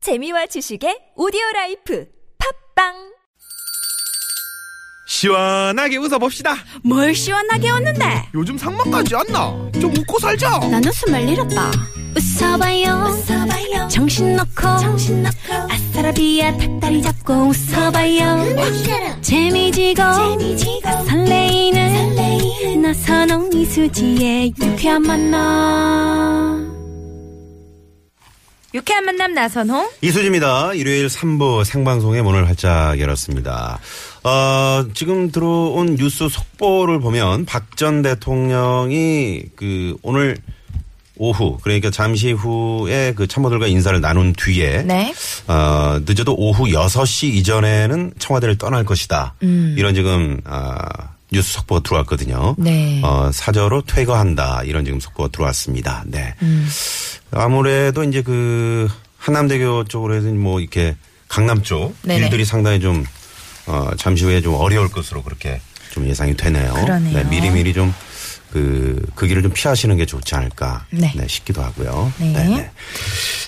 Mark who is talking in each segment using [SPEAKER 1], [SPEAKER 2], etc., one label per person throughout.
[SPEAKER 1] 재미와 지식의 오디오 라이프 팝빵
[SPEAKER 2] 시원하게 웃어봅시다.
[SPEAKER 3] 뭘 시원하게 웃는데
[SPEAKER 2] 요즘 상만까지 안 나. 좀 웃고 살자.
[SPEAKER 3] 난 웃음을 잃었다 웃어봐요, 웃어봐요. 정신 놓고 아싸라비아 닭다리 잡고 웃어봐요 재미지고, 설레이는, 나선홍 이수지의 유쾌한 만남
[SPEAKER 4] 유쾌한 만남 나선홍.
[SPEAKER 5] 이수지입니다. 일요일 3부 생방송의 문을 활짝 열었습니다. 어, 지금 들어온 뉴스 속보를 보면 박 전 대통령이 그 오늘 오후 그러니까 잠시 후에 그 참모들과 인사를 나눈 뒤에
[SPEAKER 4] 네.
[SPEAKER 5] 어, 늦어도 오후 6시 이전에는 청와대를 떠날 것이다.
[SPEAKER 4] 음.
[SPEAKER 5] 이런 지금 아, 뉴스 속보가 들어왔거든요.
[SPEAKER 4] 네.
[SPEAKER 5] 어, 사저로 퇴거한다. 이런 지금 속보가 들어왔습니다. 네.
[SPEAKER 4] 음.
[SPEAKER 5] 아무래도 이제 그 한남대교 쪽으로는 뭐 이렇게 강남 쪽
[SPEAKER 4] 네네.
[SPEAKER 5] 일들이 상당히 좀 어, 잠시 후에 좀 어려울 것으로 그렇게 좀 예상이 되네요.
[SPEAKER 4] 그러네요.
[SPEAKER 5] 네, 미리미리 좀 그 그 길을 좀 피하시는 게 좋지 않을까
[SPEAKER 4] 네.
[SPEAKER 5] 싶기도 하고요.
[SPEAKER 4] 네.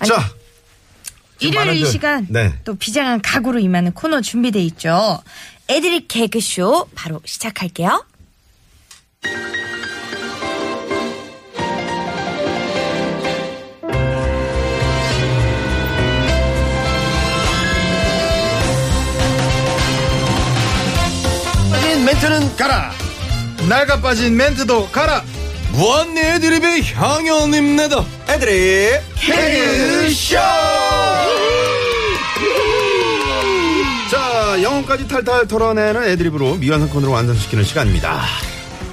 [SPEAKER 5] 자, 지금
[SPEAKER 4] 일요일 이
[SPEAKER 5] 많은
[SPEAKER 4] 시간
[SPEAKER 5] 분, 네.
[SPEAKER 4] 또 비장한 각오로 임하는 코너 준비돼 있죠. 애드립 개그쇼 바로 시작할게요.
[SPEAKER 2] 빠진 멘트는 가라. 날가 빠진 멘트도 가라. 무한 애드립의 향연입니다.
[SPEAKER 5] 애들이
[SPEAKER 2] 개그쇼.
[SPEAKER 5] 자 영혼까지 탈탈 털어내는 애드립으로 미완성 컨으로 완성시키는 시간입니다.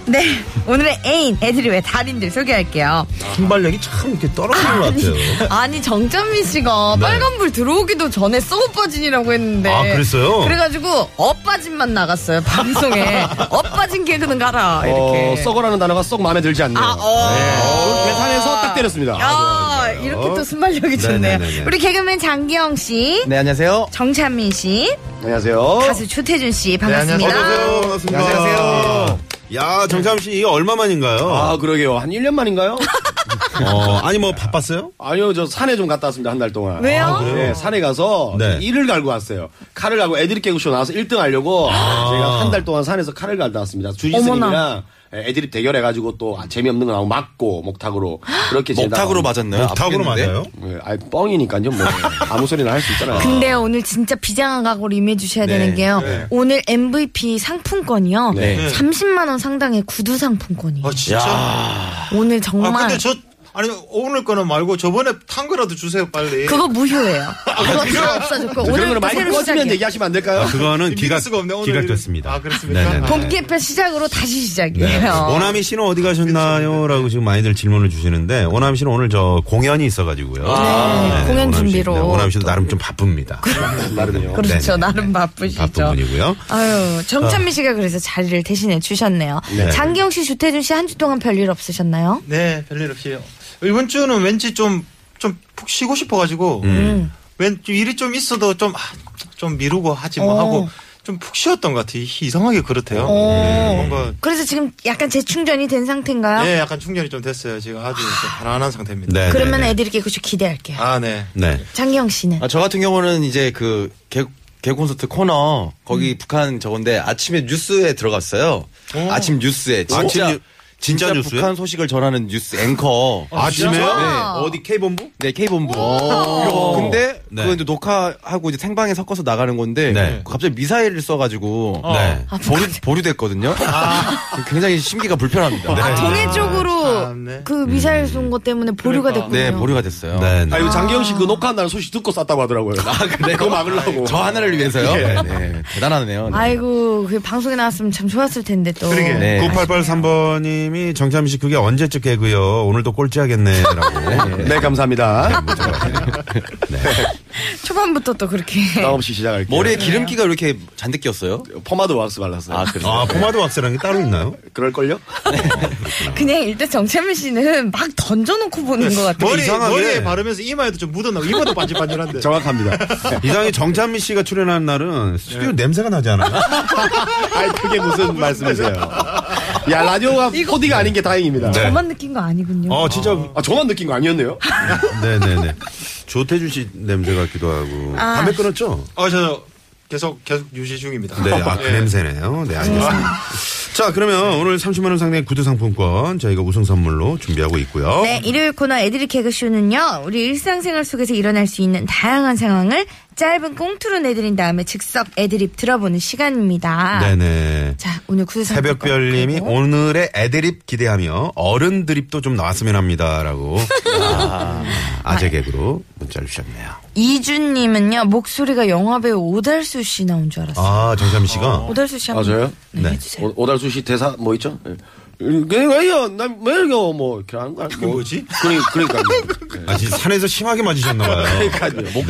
[SPEAKER 4] 네. 오늘의 애인 애드립의 달인들 소개할게요.
[SPEAKER 5] 순발력이 참 이렇게 떨어지는 것 같아요.
[SPEAKER 6] 아니 정찬민 씨가
[SPEAKER 5] 네.
[SPEAKER 6] 빨간불 들어오기도 전에 썩어빠진이라고 했는데
[SPEAKER 5] 아, 그랬어요?
[SPEAKER 6] 그래가지고 엇빠진만 나갔어요 방송에 엇빠진 개그는 가라
[SPEAKER 7] 어,
[SPEAKER 6] 이렇게
[SPEAKER 7] 썩어라는 단어가 썩 마음에 들지 않네요.
[SPEAKER 6] 아, 어.
[SPEAKER 2] 그
[SPEAKER 7] 네. 계산해서 딱 때렸습니다.
[SPEAKER 6] 아, 이렇게 또 순발력이 좋네요
[SPEAKER 5] 네네네네.
[SPEAKER 4] 우리 개그맨 장기영 씨,
[SPEAKER 7] 네, 안녕하세요.
[SPEAKER 4] 어, 정찬민 씨,
[SPEAKER 7] 안녕하세요.
[SPEAKER 4] 가수 조태준 아, 씨
[SPEAKER 8] 네,
[SPEAKER 4] 반갑습니다.
[SPEAKER 5] 안녕하세요. 반갑습니다.
[SPEAKER 7] 안녕하세요.
[SPEAKER 5] 야 정참 씨 이거 얼마 만인가요?
[SPEAKER 7] 아, 그러게요. 한 1년 만인가요?
[SPEAKER 5] 어, 아니 뭐 바빴어요?
[SPEAKER 7] 아니요, 저 산에 좀 갔다 왔습니다. 한 달 동안.
[SPEAKER 4] 왜요? 아,
[SPEAKER 5] 그래요?
[SPEAKER 7] 네, 산에 가서
[SPEAKER 5] 네.
[SPEAKER 7] 일을 갈고 왔어요. 칼을 갈고 애드립 개그쇼 나와서 1등 하려고
[SPEAKER 4] 아.
[SPEAKER 7] 제가 한 달 동안 산에서 칼을 갈다 왔습니다. 주지스님이랑 애드립 대결해가지고 또 아, 재미없는 거 나오고 맞고 목탁으로 그렇게
[SPEAKER 2] 목탁으로
[SPEAKER 7] 지내다가-
[SPEAKER 2] 맞았나요?
[SPEAKER 5] 닭으로 맞아요?
[SPEAKER 7] 네, 아니, 뻥이니까요. 뭐 아무 소리나 할 수 있잖아요.
[SPEAKER 4] 근데 오늘 진짜 비장한 각오로 임해주셔야
[SPEAKER 2] 네.
[SPEAKER 4] 되는 게요.
[SPEAKER 2] 네.
[SPEAKER 4] 오늘 MVP 상품권이요.
[SPEAKER 7] 네.
[SPEAKER 4] 30만 원 상당의 구두 상품권이에요.
[SPEAKER 8] 아 진짜?
[SPEAKER 4] 오늘
[SPEAKER 8] 아
[SPEAKER 4] 정말
[SPEAKER 8] 근데 저 아니 오늘 거는 말고 저번에 탄 거라도 주세요 빨리. 아,
[SPEAKER 4] 그거 무효예요. 그거 다 없어졌고
[SPEAKER 7] 그런
[SPEAKER 4] 오늘
[SPEAKER 7] 거를 많이
[SPEAKER 4] 새로
[SPEAKER 7] 꺼지면
[SPEAKER 4] 시작이에요.
[SPEAKER 7] 얘기하시면 안 될까요?
[SPEAKER 5] 아, 그거는 기각
[SPEAKER 8] 수가 없네, 오늘.
[SPEAKER 5] 기각됐습니다.
[SPEAKER 8] 아, 그렇습니까?
[SPEAKER 5] 네네네.
[SPEAKER 8] 아,
[SPEAKER 4] 봄 개편 시작으로 다시
[SPEAKER 8] 네,
[SPEAKER 4] 시작이에요.
[SPEAKER 5] 오나미 씨는 어디 가셨나요?라고 지금 많이들 질문을 주시는데 오나미 씨는 오늘 저 공연이 있어가지고요. 네네,
[SPEAKER 4] 아. 공연
[SPEAKER 5] 오나미 씨.
[SPEAKER 4] 준비로.
[SPEAKER 5] 네, 오나미 씨도 나름 좀 바쁩니다.
[SPEAKER 7] 나름이요.
[SPEAKER 4] 그렇죠.
[SPEAKER 5] 네네네.
[SPEAKER 4] 나름 바쁘시죠.
[SPEAKER 5] 바쁜 분이고요.
[SPEAKER 4] 아유, 정찬미 씨가 그래서 자리를 대신해 주셨네요.
[SPEAKER 5] 네.
[SPEAKER 4] 장기영 씨, 조태준 씨 한 주 동안 별일 없으셨나요?
[SPEAKER 8] 네 별일 없이요. 이번 주는 왠지 좀 좀 푹 쉬고 싶어가지고 왠지 일이 좀 있어도 좀 좀 미루고 하지 뭐 하고 좀 푹 쉬었던 것 같아요. 이- 이상하게 그렇대요. 네, 뭔가
[SPEAKER 4] 그래서 지금 약간 재충전이 된 상태인가요?
[SPEAKER 8] 예 약간 충전이 좀 됐어요. 지금 아주 이제 가난한 상태입니다.
[SPEAKER 5] 네.
[SPEAKER 4] 그러면
[SPEAKER 5] 네네.
[SPEAKER 4] 애들에게 그저 기대할게요.
[SPEAKER 8] 아 네.
[SPEAKER 5] 네.
[SPEAKER 4] 장기영 씨는
[SPEAKER 9] 아, 저 같은 경우는 이제 그 개, 개콘서트 코너 거기
[SPEAKER 5] 음.
[SPEAKER 9] 북한 저건데 아침에 뉴스에 들어갔어요. 아침 뉴스에 진짜
[SPEAKER 5] 아침 뉴- 진짜 뉴스요?
[SPEAKER 9] 북한 소식을 전하는 뉴스 앵커.
[SPEAKER 5] 아침에요?
[SPEAKER 9] 네.
[SPEAKER 5] 어디 K본부?
[SPEAKER 9] 네, K본부. 이거 근데
[SPEAKER 5] 네.
[SPEAKER 9] 그거 이제 녹화하고 이제 생방에 섞어서 나가는 건데
[SPEAKER 5] 네.
[SPEAKER 9] 갑자기 미사일을 써가지고
[SPEAKER 5] 네.
[SPEAKER 9] 보류, 보류됐거든요.
[SPEAKER 5] 아.
[SPEAKER 9] 굉장히 심기가 불편합니다.
[SPEAKER 5] 네.
[SPEAKER 4] 아, 동해 쪽으로
[SPEAKER 8] 참네.
[SPEAKER 4] 그 미사일 쏜 것 때문에 보류가 됐군요.
[SPEAKER 9] 네, 보류가 됐어요.
[SPEAKER 5] 네. 네.
[SPEAKER 7] 아, 이거 장기영 씨 그 녹화한다는 소식 듣고 쌌다고 하더라고요. 아, 그래요? 그거 막으려고.
[SPEAKER 9] 저 하나를 위해서요.
[SPEAKER 5] 예.
[SPEAKER 9] 네, 대단하네요. 네.
[SPEAKER 4] 아이고, 그 방송에 나왔으면 참 좋았을 텐데 또.
[SPEAKER 8] 그러게.
[SPEAKER 9] 네.
[SPEAKER 5] 9883번님이 정참 씨 그게 언제쯤 개고요? 오늘도
[SPEAKER 4] 아, 예.
[SPEAKER 5] 꼴찌하겠네라고.
[SPEAKER 7] 네, 감사합니다.
[SPEAKER 4] 초반부터 또 그렇게.
[SPEAKER 7] 다음 씨 시작할게요.
[SPEAKER 9] 머리에
[SPEAKER 5] 네.
[SPEAKER 9] 기름기가 왜 이렇게 잔뜩 꼈어요?
[SPEAKER 7] 포마드 왁스 발랐어요.
[SPEAKER 9] 아, 그래요?
[SPEAKER 5] 아 포마드 왁스라는 게 따로 있나요?
[SPEAKER 7] 그럴걸요?
[SPEAKER 4] 그냥 일단 정찬민 씨는 막 던져놓고 보는 것
[SPEAKER 5] 뭐,
[SPEAKER 4] 같아요.
[SPEAKER 8] 머리
[SPEAKER 5] 이상하게.
[SPEAKER 8] 머리에 바르면서 이마에도 좀 묻어나고 이마도 반질반질한데.
[SPEAKER 7] 정확합니다.
[SPEAKER 5] 이상하게 정찬미 씨가 출연하는 날은 스튜디오 냄새가 나지 않아요?
[SPEAKER 7] 아이, 그게 무슨 말씀이세요? 야 라디오가 코디가 아닌 게 다행입니다.
[SPEAKER 5] 네.
[SPEAKER 4] 저만 느낀 거 아니군요.
[SPEAKER 5] 어, 진짜.
[SPEAKER 7] 아 저만 느낀 거 아니었네요?
[SPEAKER 5] 네네네. 조태준 씨 냄새 같기도 하고.
[SPEAKER 4] 아.
[SPEAKER 5] 담배 끊었죠?
[SPEAKER 8] 어, 저 계속 계속 유지 중입니다.
[SPEAKER 5] 네, 아, 그
[SPEAKER 8] 예.
[SPEAKER 5] 냄새네요. 네, 알겠습니다. 자, 그러면 오늘 30만원 상당의 구두 상품권 저희가 우승 선물로 준비하고 있고요.
[SPEAKER 4] 네, 일요일 코너 애드립 개그쇼는요, 우리 일상생활 속에서 일어날 수 있는 다양한 상황을 짧은 꽁트로 내드린 다음에 즉석 애드립 들어보는 시간입니다.
[SPEAKER 5] 네네.
[SPEAKER 4] 아. 자, 오늘 구세상
[SPEAKER 5] 새벽별님이 오늘의 애드립 기대하며 어른 드립도 좀 나왔으면 합니다라고 아, 재 개그로 문자를 주셨네요.
[SPEAKER 4] 이준님은요, 목소리가 영화배우 오달수 씨 나온 줄 알았어요.
[SPEAKER 5] 아 정삼 씨가
[SPEAKER 4] 오달수 씨 한번
[SPEAKER 7] 맞아요?
[SPEAKER 4] 네,
[SPEAKER 5] 네.
[SPEAKER 4] 해주세요.
[SPEAKER 7] 오, 달수씨 대사 뭐 있죠? 예. 그게 왜요? 난왜 이렇게 뭐 이렇게 하는 거야? 뭐,
[SPEAKER 8] 뭐지?
[SPEAKER 7] 그니 그러니까
[SPEAKER 5] 아, 지금 산에서 심하게 맞으셨나봐요.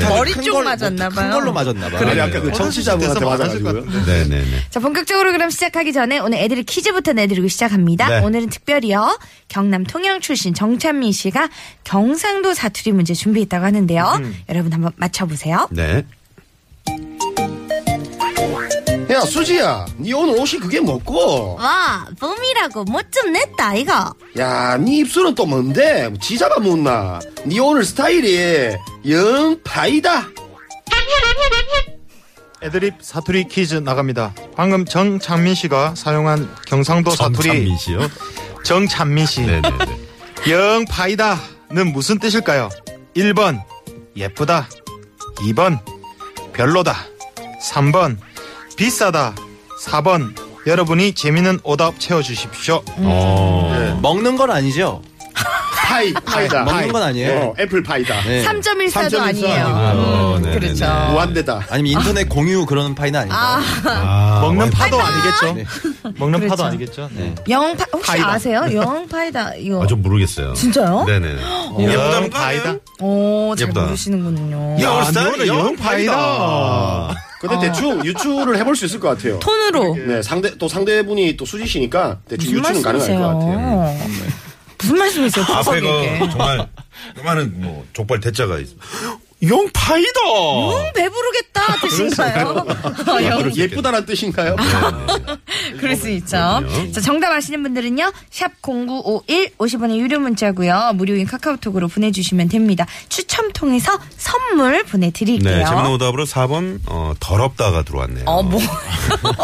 [SPEAKER 4] 머리 쪽 맞았나
[SPEAKER 9] 큰
[SPEAKER 4] 봐요.
[SPEAKER 9] 걸로 맞았나 봐요.
[SPEAKER 7] 네. 아니 아까 그
[SPEAKER 8] 돼서
[SPEAKER 7] 청취자분한테
[SPEAKER 8] 많았을 것
[SPEAKER 7] 맞아가지고요.
[SPEAKER 8] 같은데.
[SPEAKER 5] 네네네.
[SPEAKER 4] 자, 본격적으로 그럼 시작하기 전에 오늘 애드립 퀴즈부터 내드리고 시작합니다.
[SPEAKER 5] 네.
[SPEAKER 4] 오늘은 특별히요, 경남 통영 출신 정찬민 씨가 경상도 사투리 문제 준비했다고 하는데요. 여러분 한번 맞춰보세요.
[SPEAKER 5] 네.
[SPEAKER 7] 야 수지야, 니 오늘 옷이 그게 뭐고?
[SPEAKER 3] 와 봄이라고 못 좀 냈다 이거
[SPEAKER 7] 야, 니 입술은 또 뭔데? 뭐 지잡아 묻나? 니 오늘 스타일이 영 파이다.
[SPEAKER 8] 애드립 사투리 퀴즈 나갑니다. 방금 정창민 씨가 사용한 경상도 사투리
[SPEAKER 5] 정삼민 씨요.
[SPEAKER 8] 정찬민 씨.
[SPEAKER 5] 네네네.
[SPEAKER 8] 영파이다는 무슨 뜻일까요? 1번 예쁘다 2번 별로다 3번 비싸다 4번 여러분이 재미있는 오답 채워주십시오
[SPEAKER 5] 어.
[SPEAKER 9] 먹는 건 아니죠?
[SPEAKER 7] 파이, 파이다.
[SPEAKER 9] 먹는 건 아니에요.
[SPEAKER 7] 어, 애플 파이다. 음,
[SPEAKER 9] 네.
[SPEAKER 6] 3.14도 아니에요.
[SPEAKER 5] 어, 네네네.
[SPEAKER 6] 그렇죠.
[SPEAKER 7] 무한대다.
[SPEAKER 9] 아니면 인터넷 공유 그런 파이는 아닌가?
[SPEAKER 5] 아,
[SPEAKER 8] 먹는
[SPEAKER 5] 완전-
[SPEAKER 8] 파도 네. 아니겠죠? 먹는 파도 아니겠죠? 네.
[SPEAKER 4] 영파 혹시
[SPEAKER 8] 파이다.
[SPEAKER 4] 아세요? 영파이다 이거.
[SPEAKER 5] 아, 좀 모르겠어요.
[SPEAKER 4] 진짜요?
[SPEAKER 5] 네네네.
[SPEAKER 8] 영파이다
[SPEAKER 4] 오, 잘
[SPEAKER 5] 예쁘다.
[SPEAKER 4] 모르시는군요.
[SPEAKER 5] 야,
[SPEAKER 8] 야,
[SPEAKER 5] 스타일이
[SPEAKER 8] 너는 영파이다.
[SPEAKER 7] 근데 대충 유추를 해볼 수 있을 것 같아요.
[SPEAKER 4] 톤으로
[SPEAKER 7] 네, 상대, 또 상대분이 또 수지 씨니까 대충
[SPEAKER 4] 무슨
[SPEAKER 7] 유추는 가능할 것 같아요.
[SPEAKER 4] 말씀이세요? 어, 무슨 말씀이세요?
[SPEAKER 5] 앞에
[SPEAKER 4] 푸석에게.
[SPEAKER 5] 그 정말 많은 뭐 족발 대자가 있어. 용파이다.
[SPEAKER 4] 음, 배부르겠다 뜻인가요? 어, 영-
[SPEAKER 7] 아, 예쁘다란 뜻인가요?
[SPEAKER 4] 그럴 수 있죠. 자, 정답 아시는 분들은요. 샵 0951 50원의 유료 문자고요. 무료인 카카오톡으로 보내주시면 됩니다. 추첨 통해서 선물 보내드릴게요.
[SPEAKER 5] 네, 재밌는 오답으로 4번 어, 더럽다가 들어왔네요.
[SPEAKER 4] 어, 뭐.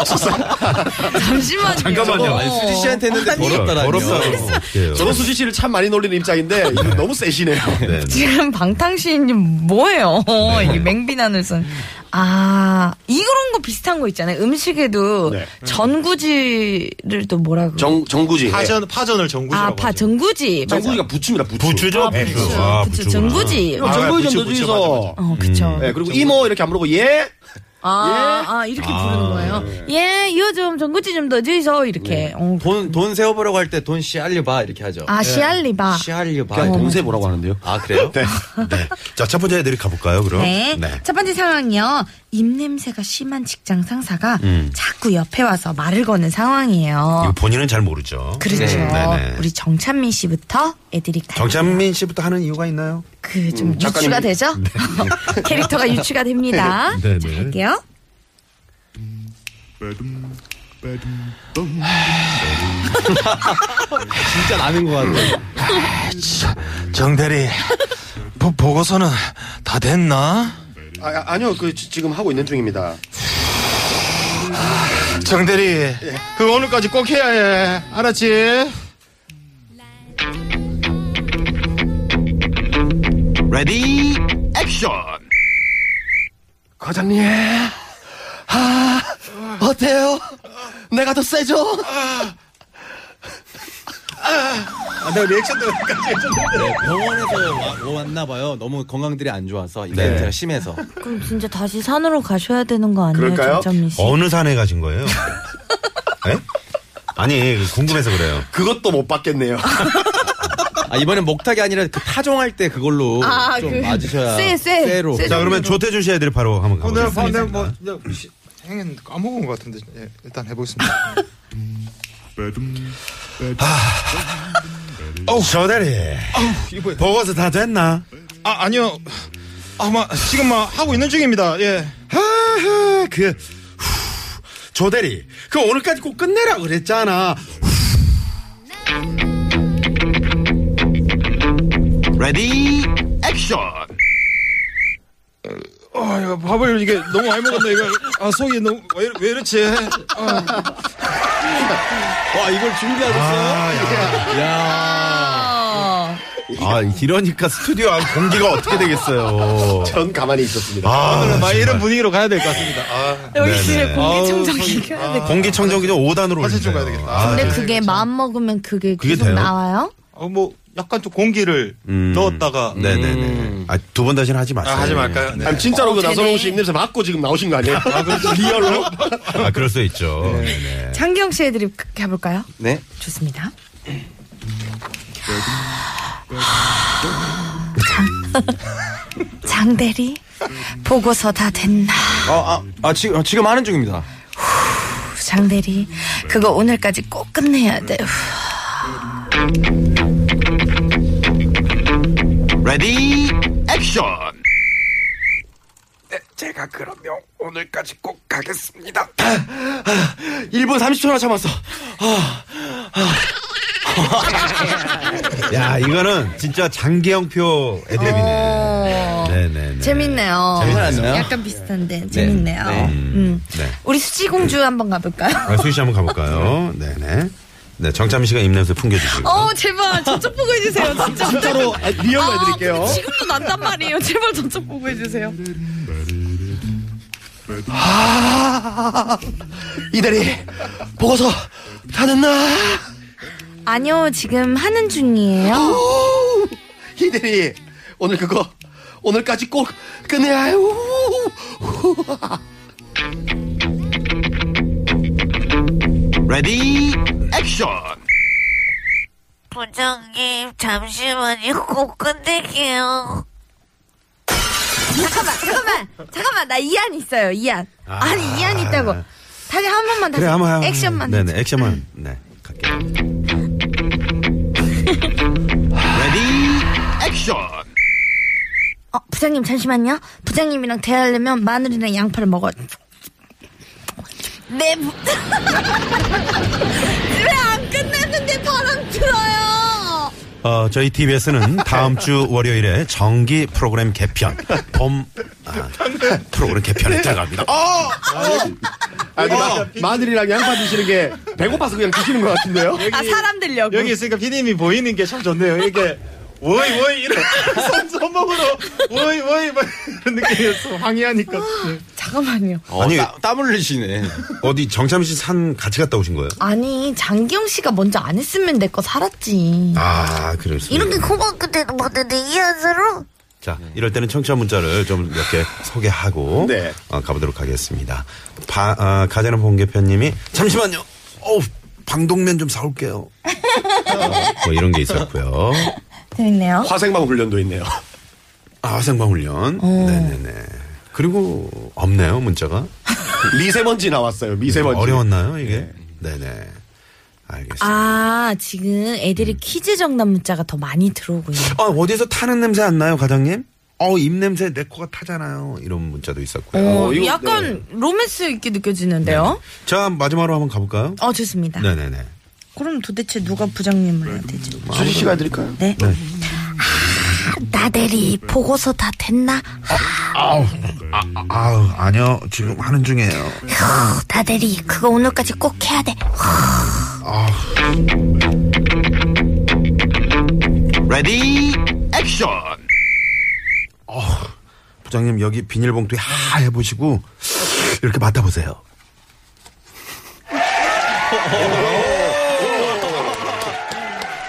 [SPEAKER 4] 잠시만요.
[SPEAKER 5] 잠깐만요.
[SPEAKER 9] 아니, 수지 씨한테 했는데 더럽다라니요.
[SPEAKER 5] 더럽다요.
[SPEAKER 7] 저도 수지 씨를 참 많이 놀리는 입장인데 이거 너무 세시네요.
[SPEAKER 5] 네.
[SPEAKER 4] 지금 방탕시인님 뭐예요? 이 맹비난을 쓴. 아, 이런 거 비슷한 거 있잖아요. 음식에도
[SPEAKER 7] 네.
[SPEAKER 4] 전구지를 또 뭐라고.
[SPEAKER 7] 정, 정구지.
[SPEAKER 8] 파전, 파전을
[SPEAKER 4] 아,
[SPEAKER 8] 전구지라고
[SPEAKER 4] 파, 전구지. 맞아.
[SPEAKER 7] 정구지가 부추입니다, 부추. 네,
[SPEAKER 5] 부추죠?
[SPEAKER 4] 아, 네. 부추.
[SPEAKER 5] 부추. 아,
[SPEAKER 4] 부추,
[SPEAKER 5] 부추구나.
[SPEAKER 4] 전구지.
[SPEAKER 7] 이거 정구지 전도주의서.
[SPEAKER 4] 어, 그쵸.
[SPEAKER 7] 네, 그리고 이모 이렇게 안 부르고 예?
[SPEAKER 4] 아, 아, 이렇게 부르는 거예요. 예, 이거 좀 전구지 좀 더 주이소. 이렇게. 어.
[SPEAKER 9] 돈, 돈 세워보려고 할 때 돈 씨알려봐 이렇게 하죠.
[SPEAKER 4] 아, 시알리바. 어.
[SPEAKER 9] 씨알려봐.
[SPEAKER 7] 그냥 동세 뭐라고 하는데요?
[SPEAKER 9] 아, 그래요?
[SPEAKER 5] 네. 네. 자, 첫 번째 애들이 가볼까요, 그럼?
[SPEAKER 4] 네. 첫 번째 상황이요. 입냄새가 심한 직장 상사가 자꾸 옆에 와서 말을 거는 상황이에요.
[SPEAKER 5] 이거 본인은 잘 모르죠.
[SPEAKER 4] 그렇죠.
[SPEAKER 5] 네, 네, 네.
[SPEAKER 4] 우리 정찬민 씨부터 애들이 가요.
[SPEAKER 5] 정찬민 음, 씨부터 하는 이유가 있나요?
[SPEAKER 4] 그좀 유추가
[SPEAKER 7] 작가님.
[SPEAKER 4] 되죠? 캐릭터가 유추가 됩니다.
[SPEAKER 5] 네,
[SPEAKER 4] 자,
[SPEAKER 5] 네.
[SPEAKER 4] 갈게요.
[SPEAKER 9] 진짜 나는 것 같아요.
[SPEAKER 8] 정대리 보, 보고서는 다 됐나?
[SPEAKER 7] 아, 아, 아니요, 그 지- 지금 하고 있는 중입니다.
[SPEAKER 8] 정대리 그거 오늘까지 꼭 해야 해 알았지?
[SPEAKER 5] 레디, 액션!
[SPEAKER 7] 과장님, 아, 어때요? 내가 더 세죠?
[SPEAKER 8] 아, 내가 리액션도
[SPEAKER 9] 네, 병원에서 와, 뭐 왔나 봐요. 너무 건강들이 안 좋아서. 이 냄새가 심해서.
[SPEAKER 4] 그럼 진짜 다시 산으로 가셔야 되는 거 아니에요,
[SPEAKER 7] 그럴까요?
[SPEAKER 4] 정찬민 씨?
[SPEAKER 5] 어느 산에 가신 거예요? 네? 아니, 궁금해서 그래요.
[SPEAKER 7] 그것도 못 받겠네요.
[SPEAKER 9] 아, 이번엔 목탁이 아니라 그 타종할 때 그걸로
[SPEAKER 4] 아,
[SPEAKER 9] 좀
[SPEAKER 4] 그
[SPEAKER 9] 맞으셔야.
[SPEAKER 4] 쇠, 쇠.
[SPEAKER 9] 쇠로.
[SPEAKER 4] 쇠.
[SPEAKER 5] 자, 그러면 조태준 씨 애들 바로 한번
[SPEAKER 8] 오늘 밤에
[SPEAKER 5] 가보겠습니다.
[SPEAKER 8] 뭐 야, 씨, 행인 까먹은 것 같은데 예, 일단 해보겠습니다.
[SPEAKER 5] 음.
[SPEAKER 8] 아.
[SPEAKER 5] 어우, 저대리. 보고서 다 됐나?
[SPEAKER 8] 아 아니요, 아마 지금 막 하고 있는 중입니다. 예.
[SPEAKER 5] 하하, 그, 후, 조대리. 그 오늘까지 꼭 끝내라 그랬잖아. 후,
[SPEAKER 2] 레디 액션
[SPEAKER 8] 아, 이거 밥을 이게 너무 많이 먹었네, 이거. 아, 속이 너무, 왜, 이러- 왜 이렇지?
[SPEAKER 9] 와 이걸 준비하셨어요?
[SPEAKER 5] 예.
[SPEAKER 4] 아.
[SPEAKER 5] 아, 이러니까 스튜디오 안 공기가 어떻게 되겠어요.
[SPEAKER 7] 전 가만히 있었습니다.
[SPEAKER 5] 아,
[SPEAKER 8] 막 이런
[SPEAKER 5] 정말.
[SPEAKER 8] 분위기로 가야 될 것 같습니다. 아,
[SPEAKER 5] 네네.
[SPEAKER 8] 공기청정기 켜야 돼.
[SPEAKER 5] 공기청정기 좀 5단으로
[SPEAKER 8] 화실
[SPEAKER 5] 올리세요.
[SPEAKER 8] 좀 가야 되겠다.
[SPEAKER 5] 아,
[SPEAKER 3] 근데
[SPEAKER 5] 네.
[SPEAKER 4] 그렇죠.
[SPEAKER 3] 그게 마음 먹으면 그게
[SPEAKER 5] 그게
[SPEAKER 3] 계속
[SPEAKER 5] 돼요?
[SPEAKER 3] 나와요?
[SPEAKER 8] 어, 뭐, 약간 좀 공기를
[SPEAKER 5] 음.
[SPEAKER 8] 넣었다가.
[SPEAKER 5] 네네네. 아, 두 번 다시는 하지 마세요.
[SPEAKER 8] 아, 하지 말까요? 네.
[SPEAKER 7] 아니, 진짜로 그 나선홍 씨 입냄새 맡고 지금 나오신 거 아니에요? 리얼로?
[SPEAKER 5] 아, 그럴 수 있죠. 네네.
[SPEAKER 4] 장기영 씨 애드립 해볼까요?
[SPEAKER 9] 네.
[SPEAKER 4] 좋습니다. 아, 장, 장대리 보고서 다 됐나?
[SPEAKER 9] 아, 아, 아 지금 아, 지금 하는 중입니다.
[SPEAKER 4] 장대리 그거 오늘까지 꼭 끝내야 돼.
[SPEAKER 2] 레디 액션
[SPEAKER 9] 제가 그러면 오늘까지 꼭 가겠습니다. 1분 30초나 참았어.
[SPEAKER 5] 네. 야, 이거는 진짜 장기영표 애드립이네. 네네네.
[SPEAKER 4] 재밌네요.
[SPEAKER 5] 재밌네요.
[SPEAKER 4] 약간 비슷한데 재밌네요. 음.
[SPEAKER 5] 네.
[SPEAKER 4] 우리 수지공주 한번 가볼까요?
[SPEAKER 5] 아, 수희 씨 한번 가볼까요? 네네. 네, 정참 씨가 입냄새 풍겨주시고.
[SPEAKER 6] 어, 제발 저쪽 보고 해주세요. 진짜.
[SPEAKER 7] 진짜로 아, 리얼로 해드릴게요.
[SPEAKER 6] 지금도 난단 말이에요. 제발 저쪽 보고 해주세요.
[SPEAKER 7] 아, 이대리 보고서 다 됐나?
[SPEAKER 4] 아니요 지금 하는 중이에요.
[SPEAKER 7] 오, 이대리 오늘 그거 오늘까지 꼭 끝내야 해요.
[SPEAKER 2] 레디 액션
[SPEAKER 10] 부장님 잠시만요 꼭 끝낼게요
[SPEAKER 4] 잠깐만 잠깐만 잠깐만 나 이안 있어요 이안. 아, 니 이안 있다고. 다시 한 번만 다시
[SPEAKER 5] 그래, 네, 한번 한번.
[SPEAKER 4] 액션만. 음.
[SPEAKER 5] 네네, 액션만. 네, 갈게요.
[SPEAKER 2] 레디 액션
[SPEAKER 4] 어, 부장님 잠시만요. 부장님이랑 대화하려면 마늘이랑 양파를 먹어.
[SPEAKER 10] 네 부... 왜안 끝냈는데 바람 들어요
[SPEAKER 5] 어, 저희 TBS는 다음 주 월요일에 정기 프로그램 개편, 봄, 아, 프로그램 개편에 들어갑니다. 어,
[SPEAKER 7] 아니, 아, 마, 마늘이랑 양파 드시는 게 배고파서 그냥 드시는 것 같은데요?
[SPEAKER 6] 아, 사람 들려고.
[SPEAKER 8] 여기 있으니까 피디님이 보이는 게 참 좋네요. 이게, 워이, 워이, 이런, 손, 손목으로, 워이, 워이, 막 이런 느낌이었어. 황해하니까.
[SPEAKER 6] 잠깐만요.
[SPEAKER 5] 아니,
[SPEAKER 9] 땀, 땀 흘리시네.
[SPEAKER 5] 어디 정참 씨 산 같이 갔다 오신 거예요?
[SPEAKER 3] 아니 장기영 씨가 먼저 안 했으면 내 거 살았지.
[SPEAKER 5] 아, 그렇습니다.
[SPEAKER 10] 이렇게 고맙게 되는 건데 이한서로
[SPEAKER 5] 자, 이럴 때는 청취자 문자를 좀 몇 개 소개하고
[SPEAKER 7] 네.
[SPEAKER 5] 어, 가보도록 하겠습니다. 바, 아, 가재는 봉개편님이 잠시만요. 어우, 방독면 좀 사올게요. 어, 뭐 이런 게 있었고요.
[SPEAKER 4] 재밌네요.
[SPEAKER 7] 화생방 훈련도 있네요.
[SPEAKER 5] 아, 생방훈련.
[SPEAKER 10] 어.
[SPEAKER 5] 네네네. 그리고 없네요, 문자가.
[SPEAKER 7] 미세먼지 나왔어요. 미세먼지.
[SPEAKER 5] 어려웠나요, 이게? 네네. 알겠습니다. 아,
[SPEAKER 3] 아 지금 애들이 퀴즈 정답 문자가 더 많이 들어오고 있네.
[SPEAKER 5] 어디서 타는 냄새 안 나요, 과장님? 어, 입냄새 내 코가 타잖아요. 이런 문자도 있었고요.
[SPEAKER 7] 어, 이거, 네.
[SPEAKER 6] 약간 로맨스 있게 느껴지는데요.
[SPEAKER 5] 자, 마지막으로 한번 가볼까요?
[SPEAKER 4] 어 좋습니다.
[SPEAKER 5] 네네네.
[SPEAKER 4] 그럼 도대체 누가 부장님을 해야 되지?
[SPEAKER 7] 수지 씨가 해드릴까요?
[SPEAKER 3] 나대리 보고서 다 됐나?
[SPEAKER 5] 아우, 아니요. 지금 하는 중이에요.
[SPEAKER 3] 어, 나대리 그거 오늘까지 꼭 해야 돼.
[SPEAKER 2] 레디 액션
[SPEAKER 5] 부장님 여기 비닐봉투에 하 해보시고 이렇게 맡아보세요.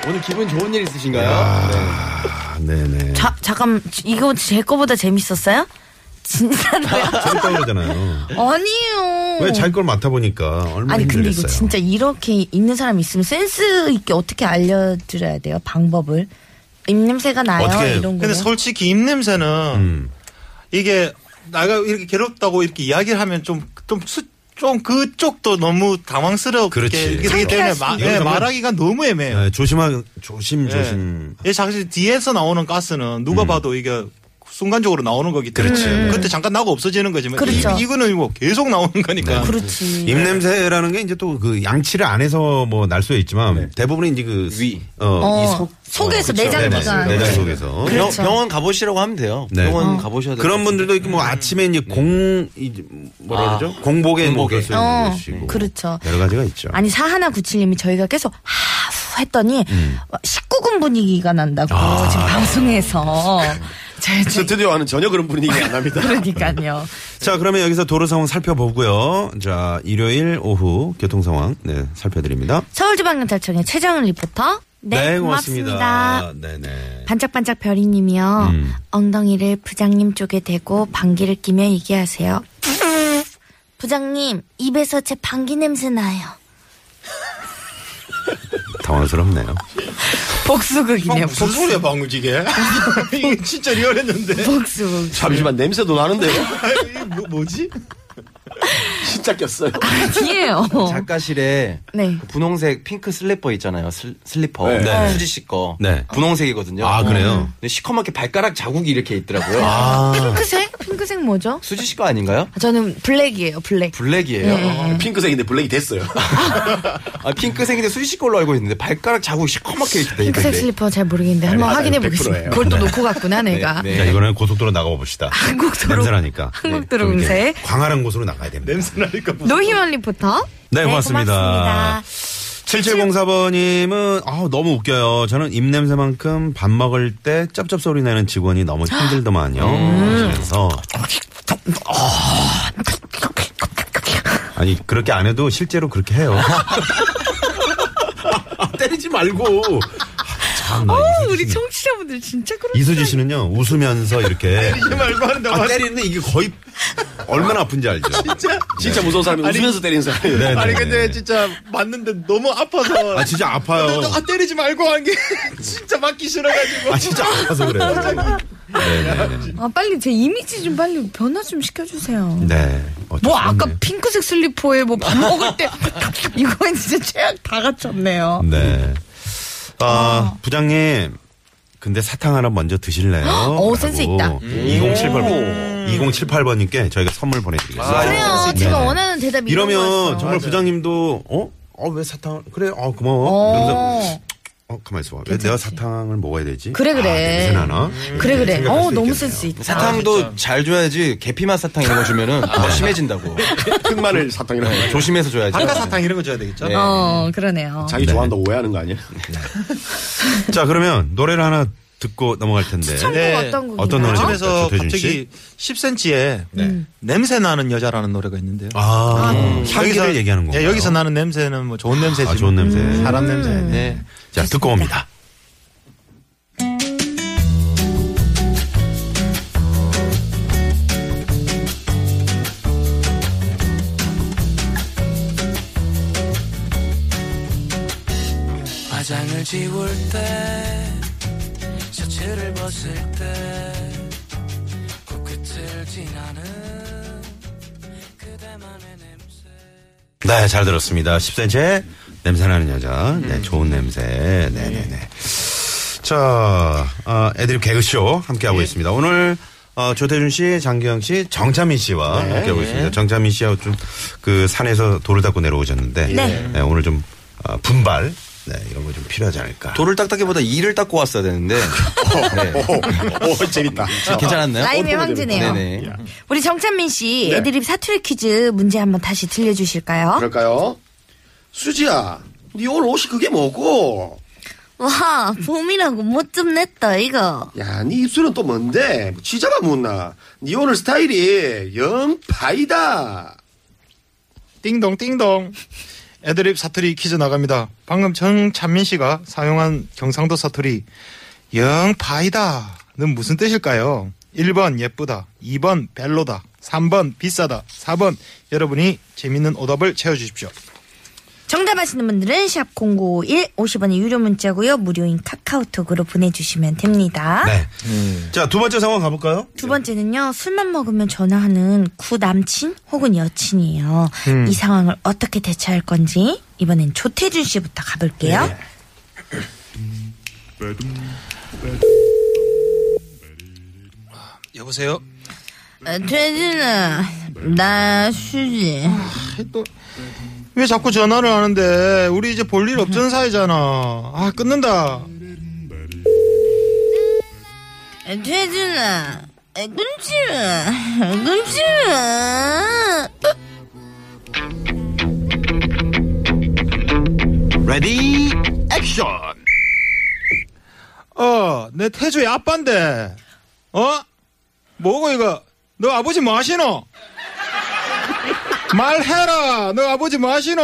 [SPEAKER 9] 오늘 기분 좋은 일 있으신가요?
[SPEAKER 5] 아, 네네.
[SPEAKER 3] 자, 잠깐 이거 제 거보다 재밌었어요? 진짜로요?
[SPEAKER 5] 재밌다고 그러잖아요.
[SPEAKER 3] 아니에요.
[SPEAKER 5] 왜 자기 걸 맡아보니까 얼마나
[SPEAKER 3] 아니 근데 이거
[SPEAKER 5] 힘들겠어요.
[SPEAKER 3] 진짜 이렇게 있는 사람 있으면 센스 있게 어떻게 알려드려야 돼요 방법을 입냄새가 나요
[SPEAKER 5] 어떻게-
[SPEAKER 3] 이런 거
[SPEAKER 8] 근데 솔직히 입냄새는
[SPEAKER 5] 음.
[SPEAKER 8] 이게 나가 이렇게 괴롭다고 이렇게 이야기를 하면 좀좀좀 그쪽도 너무 당황스럽게
[SPEAKER 5] 그렇지.
[SPEAKER 8] 이렇게 되기 때문에 마-
[SPEAKER 5] 이건
[SPEAKER 8] 예,
[SPEAKER 5] 정말-
[SPEAKER 8] 말하기가 너무
[SPEAKER 5] 예,
[SPEAKER 8] 애매해요.
[SPEAKER 5] 네, 조심하 음. 조심 조심.
[SPEAKER 8] 예, 사실 뒤에서 나오는 가스는 누가 봐도 이게 순간적으로 나오는 거기 때문에 그때 잠깐 나고 없어지는 거지만
[SPEAKER 4] 그렇죠.
[SPEAKER 8] 이, 이거는 뭐 계속 나오는
[SPEAKER 5] 네.
[SPEAKER 8] 거니까
[SPEAKER 4] 그렇지.
[SPEAKER 9] 네.
[SPEAKER 5] 입냄새라는 게 이제 또 그 양치를 안 해서 뭐 날 수 있지만 대부분은 이제 그
[SPEAKER 9] 네. 위.
[SPEAKER 5] 어,
[SPEAKER 4] 어,
[SPEAKER 5] 이 속,
[SPEAKER 4] 속에서
[SPEAKER 5] 그렇죠.
[SPEAKER 4] 내장
[SPEAKER 5] 네,
[SPEAKER 4] 기관.
[SPEAKER 5] 맞습니다. 내장 속에서.
[SPEAKER 9] 병-
[SPEAKER 4] 그렇죠.
[SPEAKER 9] 병원 가보시라고 하면 돼요.
[SPEAKER 5] 네.
[SPEAKER 9] 병원 가보셔야 돼요.
[SPEAKER 5] 그런 분들도 이렇게 뭐 아침에 이제 공, 이제 뭐라
[SPEAKER 9] 네. 아,
[SPEAKER 5] 그러죠? 공복에 뭐
[SPEAKER 9] 공복에.
[SPEAKER 5] 그럴 수 있는
[SPEAKER 4] 어,
[SPEAKER 5] 것이고.
[SPEAKER 4] 그렇죠.
[SPEAKER 5] 여러 가지가 있죠.
[SPEAKER 4] 아니 사하나 구칠님이 저희가 계속 하후 했더니
[SPEAKER 5] 음.
[SPEAKER 4] 19금 분위기가 난다고
[SPEAKER 5] 아.
[SPEAKER 4] 지금 방송에서 저희 저-
[SPEAKER 7] 스튜디오와는 전혀 그런 분위기 안 납니다.
[SPEAKER 4] 그렇죠. 그러니까요.
[SPEAKER 5] 자, 그러면 여기서 도로 상황 살펴보고요. 자, 일요일 오후 교통 상황 네, 살펴드립니다. 네,
[SPEAKER 4] 서울지방경찰청의 최정은 리포터. 네,
[SPEAKER 5] 네네.
[SPEAKER 4] 반짝반짝 별이님이요.
[SPEAKER 5] 음.
[SPEAKER 4] 엉덩이를 부장님 쪽에 대고 방귀를 끼며 얘기하세요. 부장님 입에서 제 방귀 냄새 나요.
[SPEAKER 5] 당황스럽네요.
[SPEAKER 4] 복수극이네요.
[SPEAKER 8] 무슨 어, 소리야 방울지게 이게 진짜 리얼했는데
[SPEAKER 4] 뭐- 복수극.
[SPEAKER 7] 잠시만 냄새도 나는데요.
[SPEAKER 8] 이게 뭐, 뭐지?
[SPEAKER 7] 진짜 꼈어요.
[SPEAKER 4] 아니에요.
[SPEAKER 9] 작가실에
[SPEAKER 4] 네.
[SPEAKER 9] 그 분홍색 핑크 슬리퍼 있잖아요. 슬, 슬리퍼.
[SPEAKER 7] 네.
[SPEAKER 5] 네.
[SPEAKER 9] 수지 씨 거.
[SPEAKER 5] 네.
[SPEAKER 9] 분홍색이거든요.
[SPEAKER 5] 아, 그래요?
[SPEAKER 9] 근데 시커멓게 발가락 자국이 이렇게 있더라고요.
[SPEAKER 4] 핑크색? 핑크색 뭐죠?
[SPEAKER 9] 수지 씨 거 아닌가요?
[SPEAKER 4] 아, 저는 블랙이에요. 블랙.
[SPEAKER 9] 블랙이에요.
[SPEAKER 4] 네.
[SPEAKER 7] 어. 네, 핑크색인데 블랙이 됐어요.
[SPEAKER 9] 아, 핑크색인데 수지 씨 걸로 알고 있는데 발가락 자국이 시커멓게 이렇게 돼
[SPEAKER 4] 핑크색
[SPEAKER 9] 있는데.
[SPEAKER 4] 슬리퍼 잘 모르겠는데 한번
[SPEAKER 7] 맞아요.
[SPEAKER 4] 확인해
[SPEAKER 7] 100%
[SPEAKER 4] 보겠습니다.
[SPEAKER 7] 예요.
[SPEAKER 4] 그걸 또 놓고 갔구나 내가.
[SPEAKER 9] 네.
[SPEAKER 5] 자, 이거는 고속도로 나가 봅시다.
[SPEAKER 4] 한국도로-
[SPEAKER 5] 냄새나니까.
[SPEAKER 4] 한국도로
[SPEAKER 5] 좀 이렇게
[SPEAKER 4] 음색.
[SPEAKER 5] 광활한 곳으로 나가야 됩니다.
[SPEAKER 8] 냄새나니까
[SPEAKER 4] 노희원 리포터.
[SPEAKER 5] 네, 고맙습니다.
[SPEAKER 4] 네,
[SPEAKER 5] 7704번님은 아 너무 웃겨요. 저는 입냄새만큼 밥 먹을 때 쩝쩝 소리 내는 직원이 너무 힘들더만요.
[SPEAKER 8] 음.
[SPEAKER 5] 하시면서 아니 그렇게 안 해도 실제로 그렇게 해요. 때리지 말고. 참, 나
[SPEAKER 4] 어,
[SPEAKER 5] 이수지
[SPEAKER 11] 우리
[SPEAKER 5] 씨.
[SPEAKER 11] 청취자분들 진짜 그런
[SPEAKER 5] 이수지 씨는요 웃으면서 이렇게
[SPEAKER 8] 말고 하는데
[SPEAKER 5] 아, 때리는데 이게 거의 얼마나 아픈지 알죠?
[SPEAKER 8] 진짜
[SPEAKER 7] 진짜 무서운 사람이 웃으면서 때리는 사람이에요.
[SPEAKER 5] 네, 네,
[SPEAKER 8] 아니 근데
[SPEAKER 5] 네.
[SPEAKER 8] 진짜 맞는데 너무 아파서
[SPEAKER 5] 아 진짜 아파요.
[SPEAKER 8] 아 때리지 말고 한 게 진짜 맞기 싫어가지고
[SPEAKER 5] 아 진짜 아파서 그래요. 네네네.
[SPEAKER 11] 아 빨리 제 이미지 좀 빨리 변화 좀 시켜주세요.
[SPEAKER 5] 네. 어,
[SPEAKER 11] 뭐
[SPEAKER 5] 죄송합니다.
[SPEAKER 11] 아까 핑크색 슬리퍼에 뭐 밥 먹을 때 이건 진짜 최악 다 갖췄네요.
[SPEAKER 5] 네. 아, 부장님. 근데 사탕 하나 먼저 드실래요?
[SPEAKER 11] 어,
[SPEAKER 4] 오, 센스 있다.
[SPEAKER 5] 2078번 2078번님께 저희가 선물 보내드리겠습니다.
[SPEAKER 4] 그래요.
[SPEAKER 5] 네.
[SPEAKER 4] 제가 원하는 대답이 이런
[SPEAKER 5] 이러면
[SPEAKER 4] 거였어요.
[SPEAKER 5] 정말 부장님도 어? 어, 왜 사탕? 그래, 어, 고마워. 이러면서, 어, 가만 있어봐. 왜 내가 사탕을 먹어야 되지?
[SPEAKER 4] 그래, 그래.
[SPEAKER 5] 아, 냄새 나나?
[SPEAKER 4] 그래 그래.
[SPEAKER 5] 생각할
[SPEAKER 4] 어
[SPEAKER 5] 수도
[SPEAKER 4] 너무
[SPEAKER 5] 있겠네요.
[SPEAKER 4] 센스 있다.
[SPEAKER 9] 사탕도 잘 줘야지 계피맛 사탕 이런 거 주면은 더 심해진다고.
[SPEAKER 7] 흑마늘 사탕이라고. 해요.
[SPEAKER 9] 조심해서 줘야지.
[SPEAKER 8] 방가 사탕 이런 거 줘야 되겠죠?
[SPEAKER 9] 네.
[SPEAKER 11] 어 그러네요.
[SPEAKER 7] 자기
[SPEAKER 5] 네.
[SPEAKER 7] 좋아한다고 오해하는 거 아니에요?
[SPEAKER 5] 자, 그러면 노래를 하나 듣고 넘어갈 텐데.
[SPEAKER 4] 네. 어떤 곡이요?
[SPEAKER 5] 어떤 노래죠?
[SPEAKER 8] 아, 집에서
[SPEAKER 5] 조태준
[SPEAKER 8] 갑자기
[SPEAKER 5] 씨?
[SPEAKER 8] 10cm에 음. 냄새 나는 여자라는 노래가 있는데요.
[SPEAKER 5] 아,
[SPEAKER 4] 네.
[SPEAKER 5] 향기를
[SPEAKER 8] 여기서-
[SPEAKER 5] 얘기하는 거예요.
[SPEAKER 8] 예, 여기서 나는 냄새는 뭐 좋은 냄새지.
[SPEAKER 5] 아, 좋은 냄새.
[SPEAKER 8] 사람 냄새. 네.
[SPEAKER 5] 자, 듣고 옵니다.
[SPEAKER 12] 화장을 지울 때 셔츠를 벗을 때 코끝을 지나는 그대만의 냄새
[SPEAKER 5] 네, 잘 들었습니다. 10cm 냄새나는 여자. 네, 좋은 냄새. 네네네. 자, 어, 애드립 개그쇼 함께하고 있습니다. 오늘, 어, 조태준 씨, 장기영 씨, 정찬민 씨와 함께하고 있습니다. 정찬민 씨하고 좀 그 산에서 돌을 닦고 내려오셨는데. 네. 오늘 좀, 어, 분발. 네, 이런 거 좀 필요하지 않을까.
[SPEAKER 9] 돌을 닦다기보다 이를 닦고 왔어야 되는데. 네.
[SPEAKER 7] 오, 재밌다.
[SPEAKER 9] 괜찮았나요?
[SPEAKER 4] 라임의 황제네요.
[SPEAKER 9] 네네.
[SPEAKER 4] 우리 정찬민 씨
[SPEAKER 5] 네.
[SPEAKER 4] 애드립 사투리 퀴즈 문제 한번 다시 들려주실까요?
[SPEAKER 7] 그럴까요? 수지야, 니 오늘 옷이 그게 뭐고?
[SPEAKER 13] 와, 봄이라고 못 좀 냈다, 이거.
[SPEAKER 7] 야, 니 입술은 또 뭔데? 뭐 지자가 묻나? 니 오늘 스타일이 영 파이다.
[SPEAKER 8] 띵동 띵동. 애드립 사투리 퀴즈 나갑니다. 방금 정찬민 씨가 사용한 경상도 사투리 영파이다는 무슨 뜻일까요? 1번 예쁘다, 2번 별로다, 3번 비싸다, 4번 여러분이 재밌는 오답을 채워주십시오.
[SPEAKER 4] 정답 아시는 분들은 샵 0951 50원의 유료 문자고요. 무료인 카카오톡으로 보내주시면 됩니다.
[SPEAKER 5] 네. 자, 두 번째 상황 가볼까요?
[SPEAKER 4] 두 번째는요. 술만 먹으면 전화하는 구남친 혹은 여친이에요. 이 상황을 어떻게 대처할 건지 이번엔 조태준 씨부터 가볼게요.
[SPEAKER 8] 여보세요?
[SPEAKER 4] 어,
[SPEAKER 10] 태진아, 나 수지.
[SPEAKER 8] 왜 자꾸 전화를 하는데 우리 이제 볼 일 없던 사이잖아 아 끊는다
[SPEAKER 4] 어,
[SPEAKER 10] 태진아, 끊지마, 끊지마.
[SPEAKER 2] Ready, action.
[SPEAKER 8] 어내 태주의 아빠인데 어? 뭐고 이거 너 아버지 뭐 하시노? 말해라 너 아버지 뭐 하시노?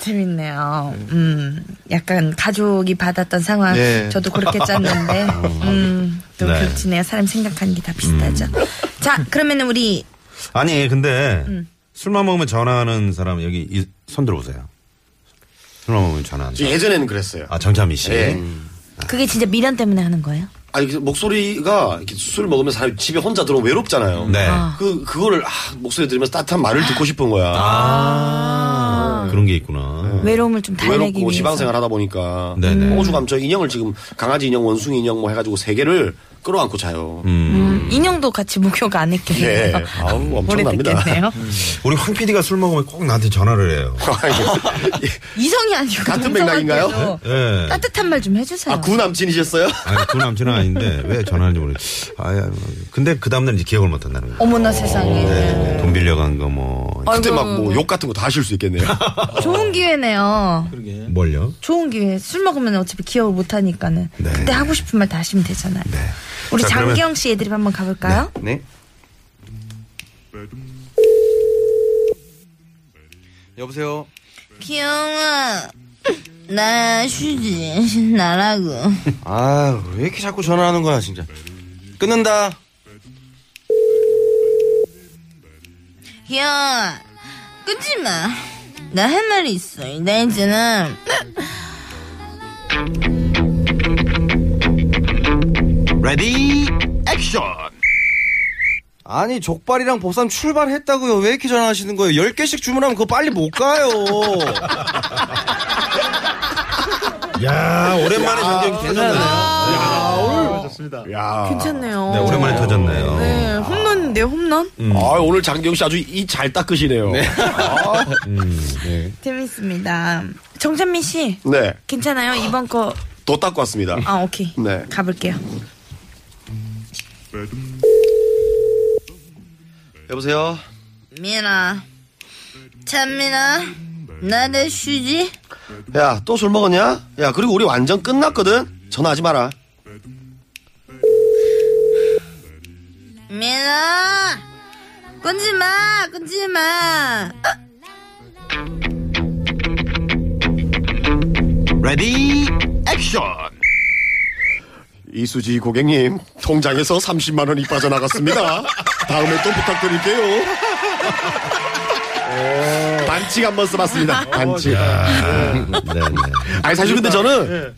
[SPEAKER 4] 재밌네요. 음, 약간 가족이 받았던 상황.
[SPEAKER 7] 네.
[SPEAKER 5] 예.
[SPEAKER 4] 저도 그렇게 짰는데. 음, 또
[SPEAKER 5] 네.
[SPEAKER 4] 그렇지네요. 사람 생각하는 게 다 비슷하죠.
[SPEAKER 7] 음.
[SPEAKER 4] 자, 그러면은 우리
[SPEAKER 5] 아니 근데 술만 먹으면 전화하는 사람 여기 이- 손 들어보세요. 술만 먹으면 전화하는 사람.
[SPEAKER 7] 예전에는 그랬어요.
[SPEAKER 5] 아 정찬미 씨.
[SPEAKER 7] 예.
[SPEAKER 3] 그게 진짜 미련 때문에 하는 거예요?
[SPEAKER 7] 아니 그 목소리가 이렇게 술 먹으면 사람이 집에 혼자 들어오면 외롭잖아요.
[SPEAKER 5] 네.
[SPEAKER 7] 그 그거를 아, 목소리 들으면서 따뜻한 말을 듣고 싶은 거야.
[SPEAKER 5] 아. 그런 게 있구나.
[SPEAKER 4] 외로움을 좀 달래기
[SPEAKER 7] 외롭고
[SPEAKER 4] 위해서.
[SPEAKER 7] 지방생활 하다 보니까
[SPEAKER 5] 네네.
[SPEAKER 7] 호주감처 인형을 지금 강아지 인형, 원숭이 인형 뭐 해가지고 세 개를 끌어안고 자요.
[SPEAKER 4] 음, 인형도 같이 목욕 안 했겠네요.
[SPEAKER 7] 예, 아우
[SPEAKER 4] 오래
[SPEAKER 7] 엄청납니다. 음.
[SPEAKER 4] 듣겠네요.
[SPEAKER 5] 우리 황 PD가 술 먹으면 꼭 나한테 전화를 해요.
[SPEAKER 7] 예.
[SPEAKER 4] 이성이 아니고
[SPEAKER 7] 같은
[SPEAKER 4] 동성한테도
[SPEAKER 7] 맥락인가요?
[SPEAKER 5] 예.
[SPEAKER 4] 따뜻한 말 좀 해주세요.
[SPEAKER 7] 아, 구 남친이셨어요?
[SPEAKER 5] 아니 그 남친은 아닌데 왜 전화하는지 모르겠어. 아야. 근데 그 다음날 이제 기억을 못 한다는 거예요. 네,
[SPEAKER 4] 어머나 아, 세상에.
[SPEAKER 7] 네.
[SPEAKER 5] 돈 빌려간 거 뭐.
[SPEAKER 7] 그때 막 뭐 욕 같은 거 다 하실 수 있겠네요.
[SPEAKER 4] 좋은 기회네요.
[SPEAKER 5] 뭘요?
[SPEAKER 4] 좋은 기회. 술 먹으면 어차피 기억을 못 하니까는.
[SPEAKER 5] 네.
[SPEAKER 4] 그때 하고 싶은 말 다 하시면 되잖아요. 우리
[SPEAKER 5] 자, 그러면-
[SPEAKER 4] 장기영 씨 애드립 한번 가볼까요?
[SPEAKER 9] 네. 여보세요.
[SPEAKER 5] 네.
[SPEAKER 10] 기영아, 나 수지, 나라고.
[SPEAKER 9] 아 왜 이렇게 자꾸 전화하는 거야 진짜. 끊는다.
[SPEAKER 10] 기영아, 끊지마. 나 할 말이 있어. 나 이제는.
[SPEAKER 2] Ready, action.
[SPEAKER 9] 아니 족발이랑 보쌈 출발했다고요. 왜 이렇게 전화하시는 거예요? 10개씩 주문하면 그거 빨리 못 가요.
[SPEAKER 5] 야 오랜만에 전쟁이 터졌네요.
[SPEAKER 7] 야,
[SPEAKER 4] 괜찮네요.
[SPEAKER 5] 네 오랜만에 음. 터졌네요.
[SPEAKER 4] 네, 홈런인데요, 홈런?
[SPEAKER 7] 아, 오늘 장기영 씨 아주 이 잘 닦으시네요. 아,
[SPEAKER 4] 재밌습니다. 정찬민 씨,
[SPEAKER 7] 네,
[SPEAKER 4] 괜찮아요? 이번 거,
[SPEAKER 7] 또 닦고 왔습니다.
[SPEAKER 4] 아, 오케이.
[SPEAKER 7] 네.
[SPEAKER 4] 가볼게요.
[SPEAKER 9] 여보세요.
[SPEAKER 10] 미나, 찬민아, 나내 수지?
[SPEAKER 7] 야, 또 술 먹었냐? 야, 그리고 우리 완전 끝났거든? 전화하지 마라.
[SPEAKER 10] 미나, 끊지마, 끊지마.
[SPEAKER 4] 어,
[SPEAKER 2] Ready, action.
[SPEAKER 7] 이수지 고객님, 통장에서 30만 원이 빠져나갔습니다. 다음에 또 부탁드릴게요. 반칙 한번 써봤습니다. 예. 반칙.
[SPEAKER 5] 네네.
[SPEAKER 7] 아니 사실 근데 저는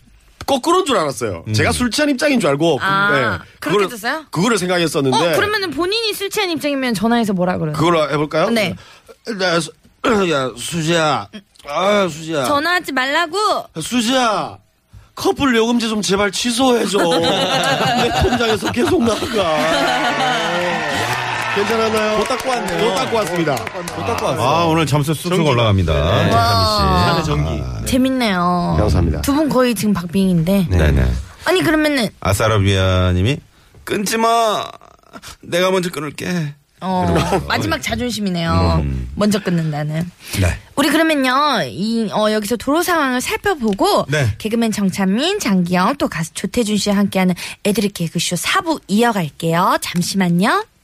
[SPEAKER 7] 거꾸로인 줄 알았어요. 제가 술 취한 입장인 줄 알고 예.
[SPEAKER 4] 아, 그렇게
[SPEAKER 7] 그거를-
[SPEAKER 4] 됐어요?
[SPEAKER 7] 그거를 생각했었는데
[SPEAKER 9] 네.
[SPEAKER 4] 어, 그러면은 본인이 술 취한 입장이면 전화해서 뭐라 그래요?
[SPEAKER 7] 그걸로 해볼까요?
[SPEAKER 4] 네.
[SPEAKER 7] 야, 수, 야 수지야. 아 수지야.
[SPEAKER 9] 그-
[SPEAKER 4] 전화하지 말라고!
[SPEAKER 7] 수지야. 커플 요금제 좀 제발 취소해줘. 내 통장에서 계속 나가. 괜찮았나요? 못뭐 닦고 왔네요. 못 닦고 왔습니다.
[SPEAKER 5] 아 오늘 점수 쑥쑥 올라갑니다.
[SPEAKER 8] 네, 아, 산의
[SPEAKER 5] 장미 씨.
[SPEAKER 8] 전기.
[SPEAKER 4] 재밌네요.
[SPEAKER 7] 감사합니다.
[SPEAKER 4] 두 분 거의 지금 박빙인데.
[SPEAKER 5] 네네.
[SPEAKER 4] 아니, 그러면은,
[SPEAKER 5] 아사라비아님이 끊지 마. 내가 먼저 끊을게.
[SPEAKER 4] 어, 마지막 자존심이네요.
[SPEAKER 9] 음.
[SPEAKER 4] 먼저 끊는다는.
[SPEAKER 5] 네.
[SPEAKER 4] 우리 그러면요, 이, 어, 여기서 도로 상황을 살펴보고,
[SPEAKER 5] 네.
[SPEAKER 4] 개그맨 정찬민, 장기영, 또 가수 조태준 씨와 함께하는 애드립 개그쇼 4부 이어갈게요. 잠시만요.